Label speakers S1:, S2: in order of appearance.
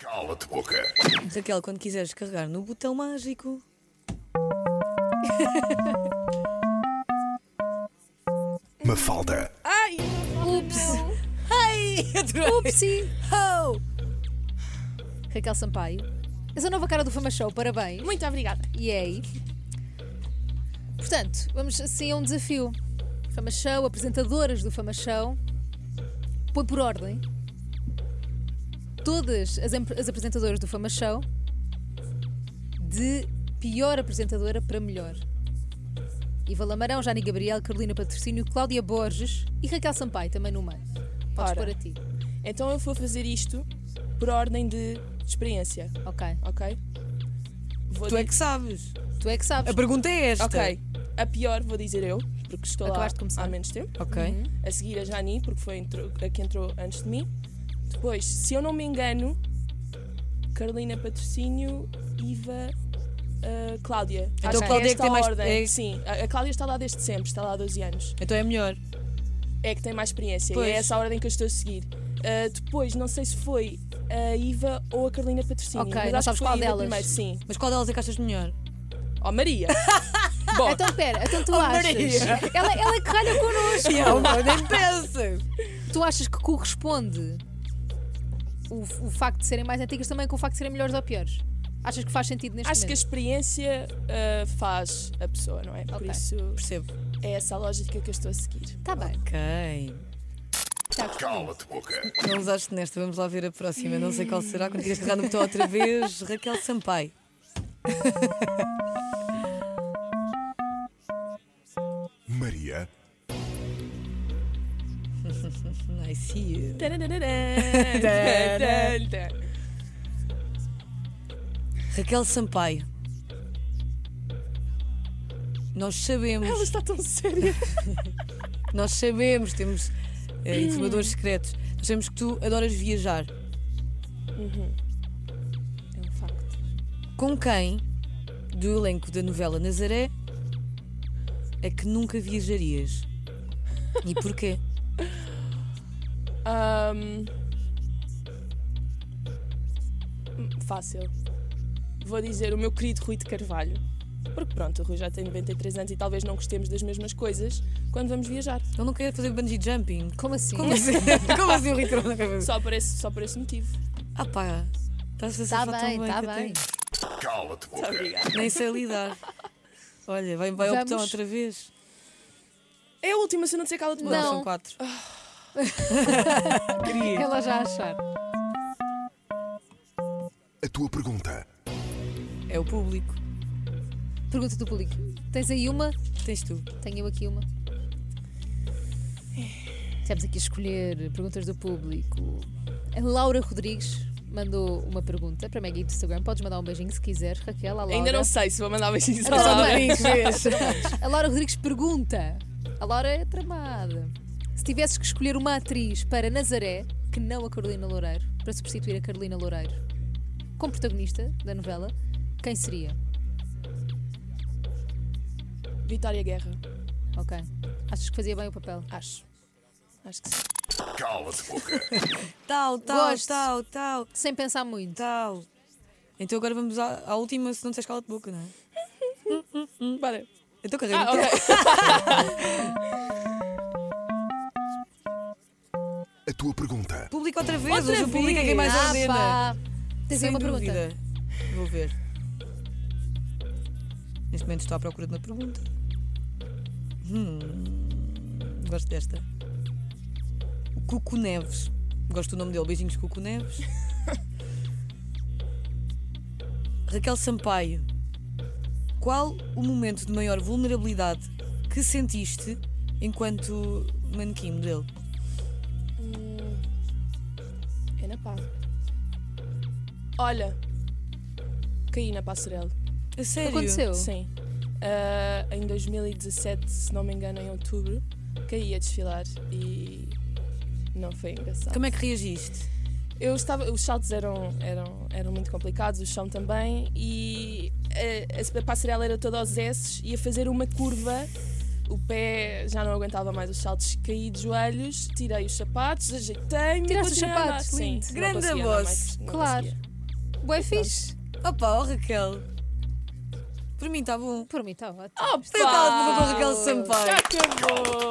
S1: Cala-te boca.
S2: Raquel, quando quiseres carregar no botão mágico.
S1: Mafalda.
S2: Ai!
S3: Ups,
S2: Ai! Adorei.
S3: upsi.
S2: Oh.
S3: Raquel Sampaio. És a nova cara do Fama Show, parabéns.
S4: Muito obrigada.
S3: E é aí. Portanto, vamos assim a um desafio. Fama Show, apresentadoras do Fama Show. Põe por ordem. Todas as, em- as apresentadoras do Fama Show. De pior apresentadora para melhor. Iva Lamarão, Jani Gabriel, Carolina Patrocínio, Cláudia Borges e Raquel Sampaio, também no meio. Podes
S4: Ora.
S3: pôr a ti.
S4: Então eu vou fazer isto por ordem de experiência,
S3: Ok.
S4: ok? Vou
S2: Tu é
S4: di-
S2: que sabes.
S3: Tu é que
S2: A
S3: sabes.
S2: pergunta é esta.
S4: Ok. A pior vou dizer eu, porque estou
S3: Acabaste
S4: lá
S3: de começar.
S4: há menos tempo.
S2: Ok.
S4: A seguir a Jani, porque foi a intro- a que entrou antes de mim. Depois, se eu não me engano, Carolina Patrocínio, Iva, ah, Cláudia.
S2: Então
S4: Acho
S2: a Cláudia é que
S4: esta
S2: tem mais-
S4: ordem.
S2: é-
S4: Sim, a, a Cláudia está lá desde sempre, está lá há 12 anos.
S2: Então é melhor.
S4: É que tem mais experiência
S2: Pois.
S4: e é essa a ordem que eu estou a seguir. Ah, depois, não sei se foi a Iva ou a Carolina Patrocínio.
S3: Ok,
S4: mas
S3: não
S4: acho
S3: sabes
S4: que foi
S3: qual
S4: a Iva
S3: delas.
S4: Primeiro, sim.
S2: Mas qual delas é que achas melhor?
S4: Oh, Maria! Bom,
S3: Então pera, então tu
S2: Oh,
S3: achas.
S2: Maria.
S3: Ela, ela é que ralha connosco.
S2: Não, nem pensas.
S3: Tu achas que corresponde o, o facto de serem mais antigas também com o facto de serem melhores ou piores? Achas que faz sentido neste
S4: acho que a
S3: momento?
S4: experiência ah, faz a pessoa, não é? Por
S3: Ok.
S4: isso,
S2: Percebo.
S4: é essa a lógica que eu estou a seguir.
S3: Está Tá bem.
S2: Ok.
S3: Está correto.
S1: Cala-te boca.
S2: Não usaste nesta, vamos lá ver a próxima. Não sei qual será. Quando tiras carregar no botão outra vez, Raquel Sampaio.
S1: Maria.
S2: I see you. Raquel Sampaio. Nós sabemos,
S4: Ela está tão séria.
S2: nós sabemos, temos eh, informadores secretos. Nós sabemos que tu adoras viajar.
S4: É um facto.
S2: Com quem do elenco da novela Nazaré é que nunca viajarias? E porquê?
S4: Ahm, Fácil. Vou dizer o meu querido Rui de Carvalho. Porque pronto, o Rui já tem 93 anos e talvez não gostemos das mesmas coisas quando vamos viajar.
S2: Ele não quer fazer bungee jumping.
S3: Como assim?
S2: Como assim? Como assim o Ricardo não quer fazer?
S4: Só por esse, só por esse motivo.
S2: Ah pá, estás a
S3: Está
S2: fazer
S3: Tá bem, está bem.
S1: Cala-te
S4: Muito
S1: boca.
S4: obrigada.
S2: Nem sei lidar. Olha, vai, vai ao botão
S3: Vamos.
S2: outra vez.
S4: É a última, se eu não disser cala de boca.
S3: Não.
S2: São quatro.
S4: assim?
S2: Queria.
S3: é Ela já a achar.
S1: A tua pergunta.
S2: É o público.
S3: Pergunta do público. Tens aí uma?
S2: Tens tu.
S3: Tenho eu aqui uma. Temos aqui a escolher perguntas do público. A Laura Rodrigues mandou uma pergunta para a Maggie do Instagram. Podes mandar um beijinho se quiseres, Raquel. à Laura.
S4: Ainda não sei se vou mandar
S2: É
S4: beijinhos
S3: Então,
S4: para
S3: bem.
S4: ela.
S3: A Laura Rodrigues pergunta. A Laura é tramada. Se tivesses que escolher uma atriz para Nazaré, que não a Carolina Loureiro, para substituir a Carolina Loureiro, como protagonista da novela, quem seria?
S4: Vitória Guerra.
S3: Ok. Achas que fazia bem o papel?
S4: Acho. Acho que sim.
S1: Cala-te boca.
S2: Tal, tal,
S3: Gosto.
S2: tal, tal,
S3: Sem pensar muito.
S2: tal. Então agora vamos à, à última, se não tens cala de boca, não é?
S4: Bora.
S2: Então carrega.
S4: Ah,
S2: no botão.
S4: ok.
S1: A tua pergunta.
S2: Público outra vez,
S4: Outra
S2: hoje o público é quem mais
S3: ah,
S2: ordena.
S3: pá. Tens aí
S2: Sem
S3: uma pergunta.
S2: dúvida. Vou ver. Neste momento estou à procura de uma pergunta. Hum, gosto desta. O Cuco Neves. Gosto do nome dele. Beijinhos, Cuco Neves. Raquel Sampaio. Qual o momento de maior vulnerabilidade que sentiste enquanto manequim modelo?
S4: Hum, É na pá. Olha. Caí na passarela.
S2: A sério?
S3: Aconteceu?
S4: Sim. Tipo, Ah, em 2017, se não me engano, em outubro, caí a desfilar e não foi engraçado.
S2: Como é que reagiste?
S4: Eu estava, os saltos eram, eram, eram muito complicados, o chão também, e a, a passarela era toda aos S e a fazer uma curva, o pé já não aguentava mais os saltos, caí de joelhos, tirei os sapatos, ajeitei-me.
S3: Tiraste os
S4: continuei a andar.
S3: sapatos,
S4: Sim,
S3: lindo.
S4: não
S2: Grande
S4: conseguia andar
S2: voz.
S4: mais, não
S3: Claro.
S4: conseguia.
S3: Boé fixe.
S2: Opa, oh Raquel. Por mim está bom.
S3: Por mim está ótimo.
S4: Opa!
S2: Isto é tal de Raquel Sampaio.
S4: Já acabou!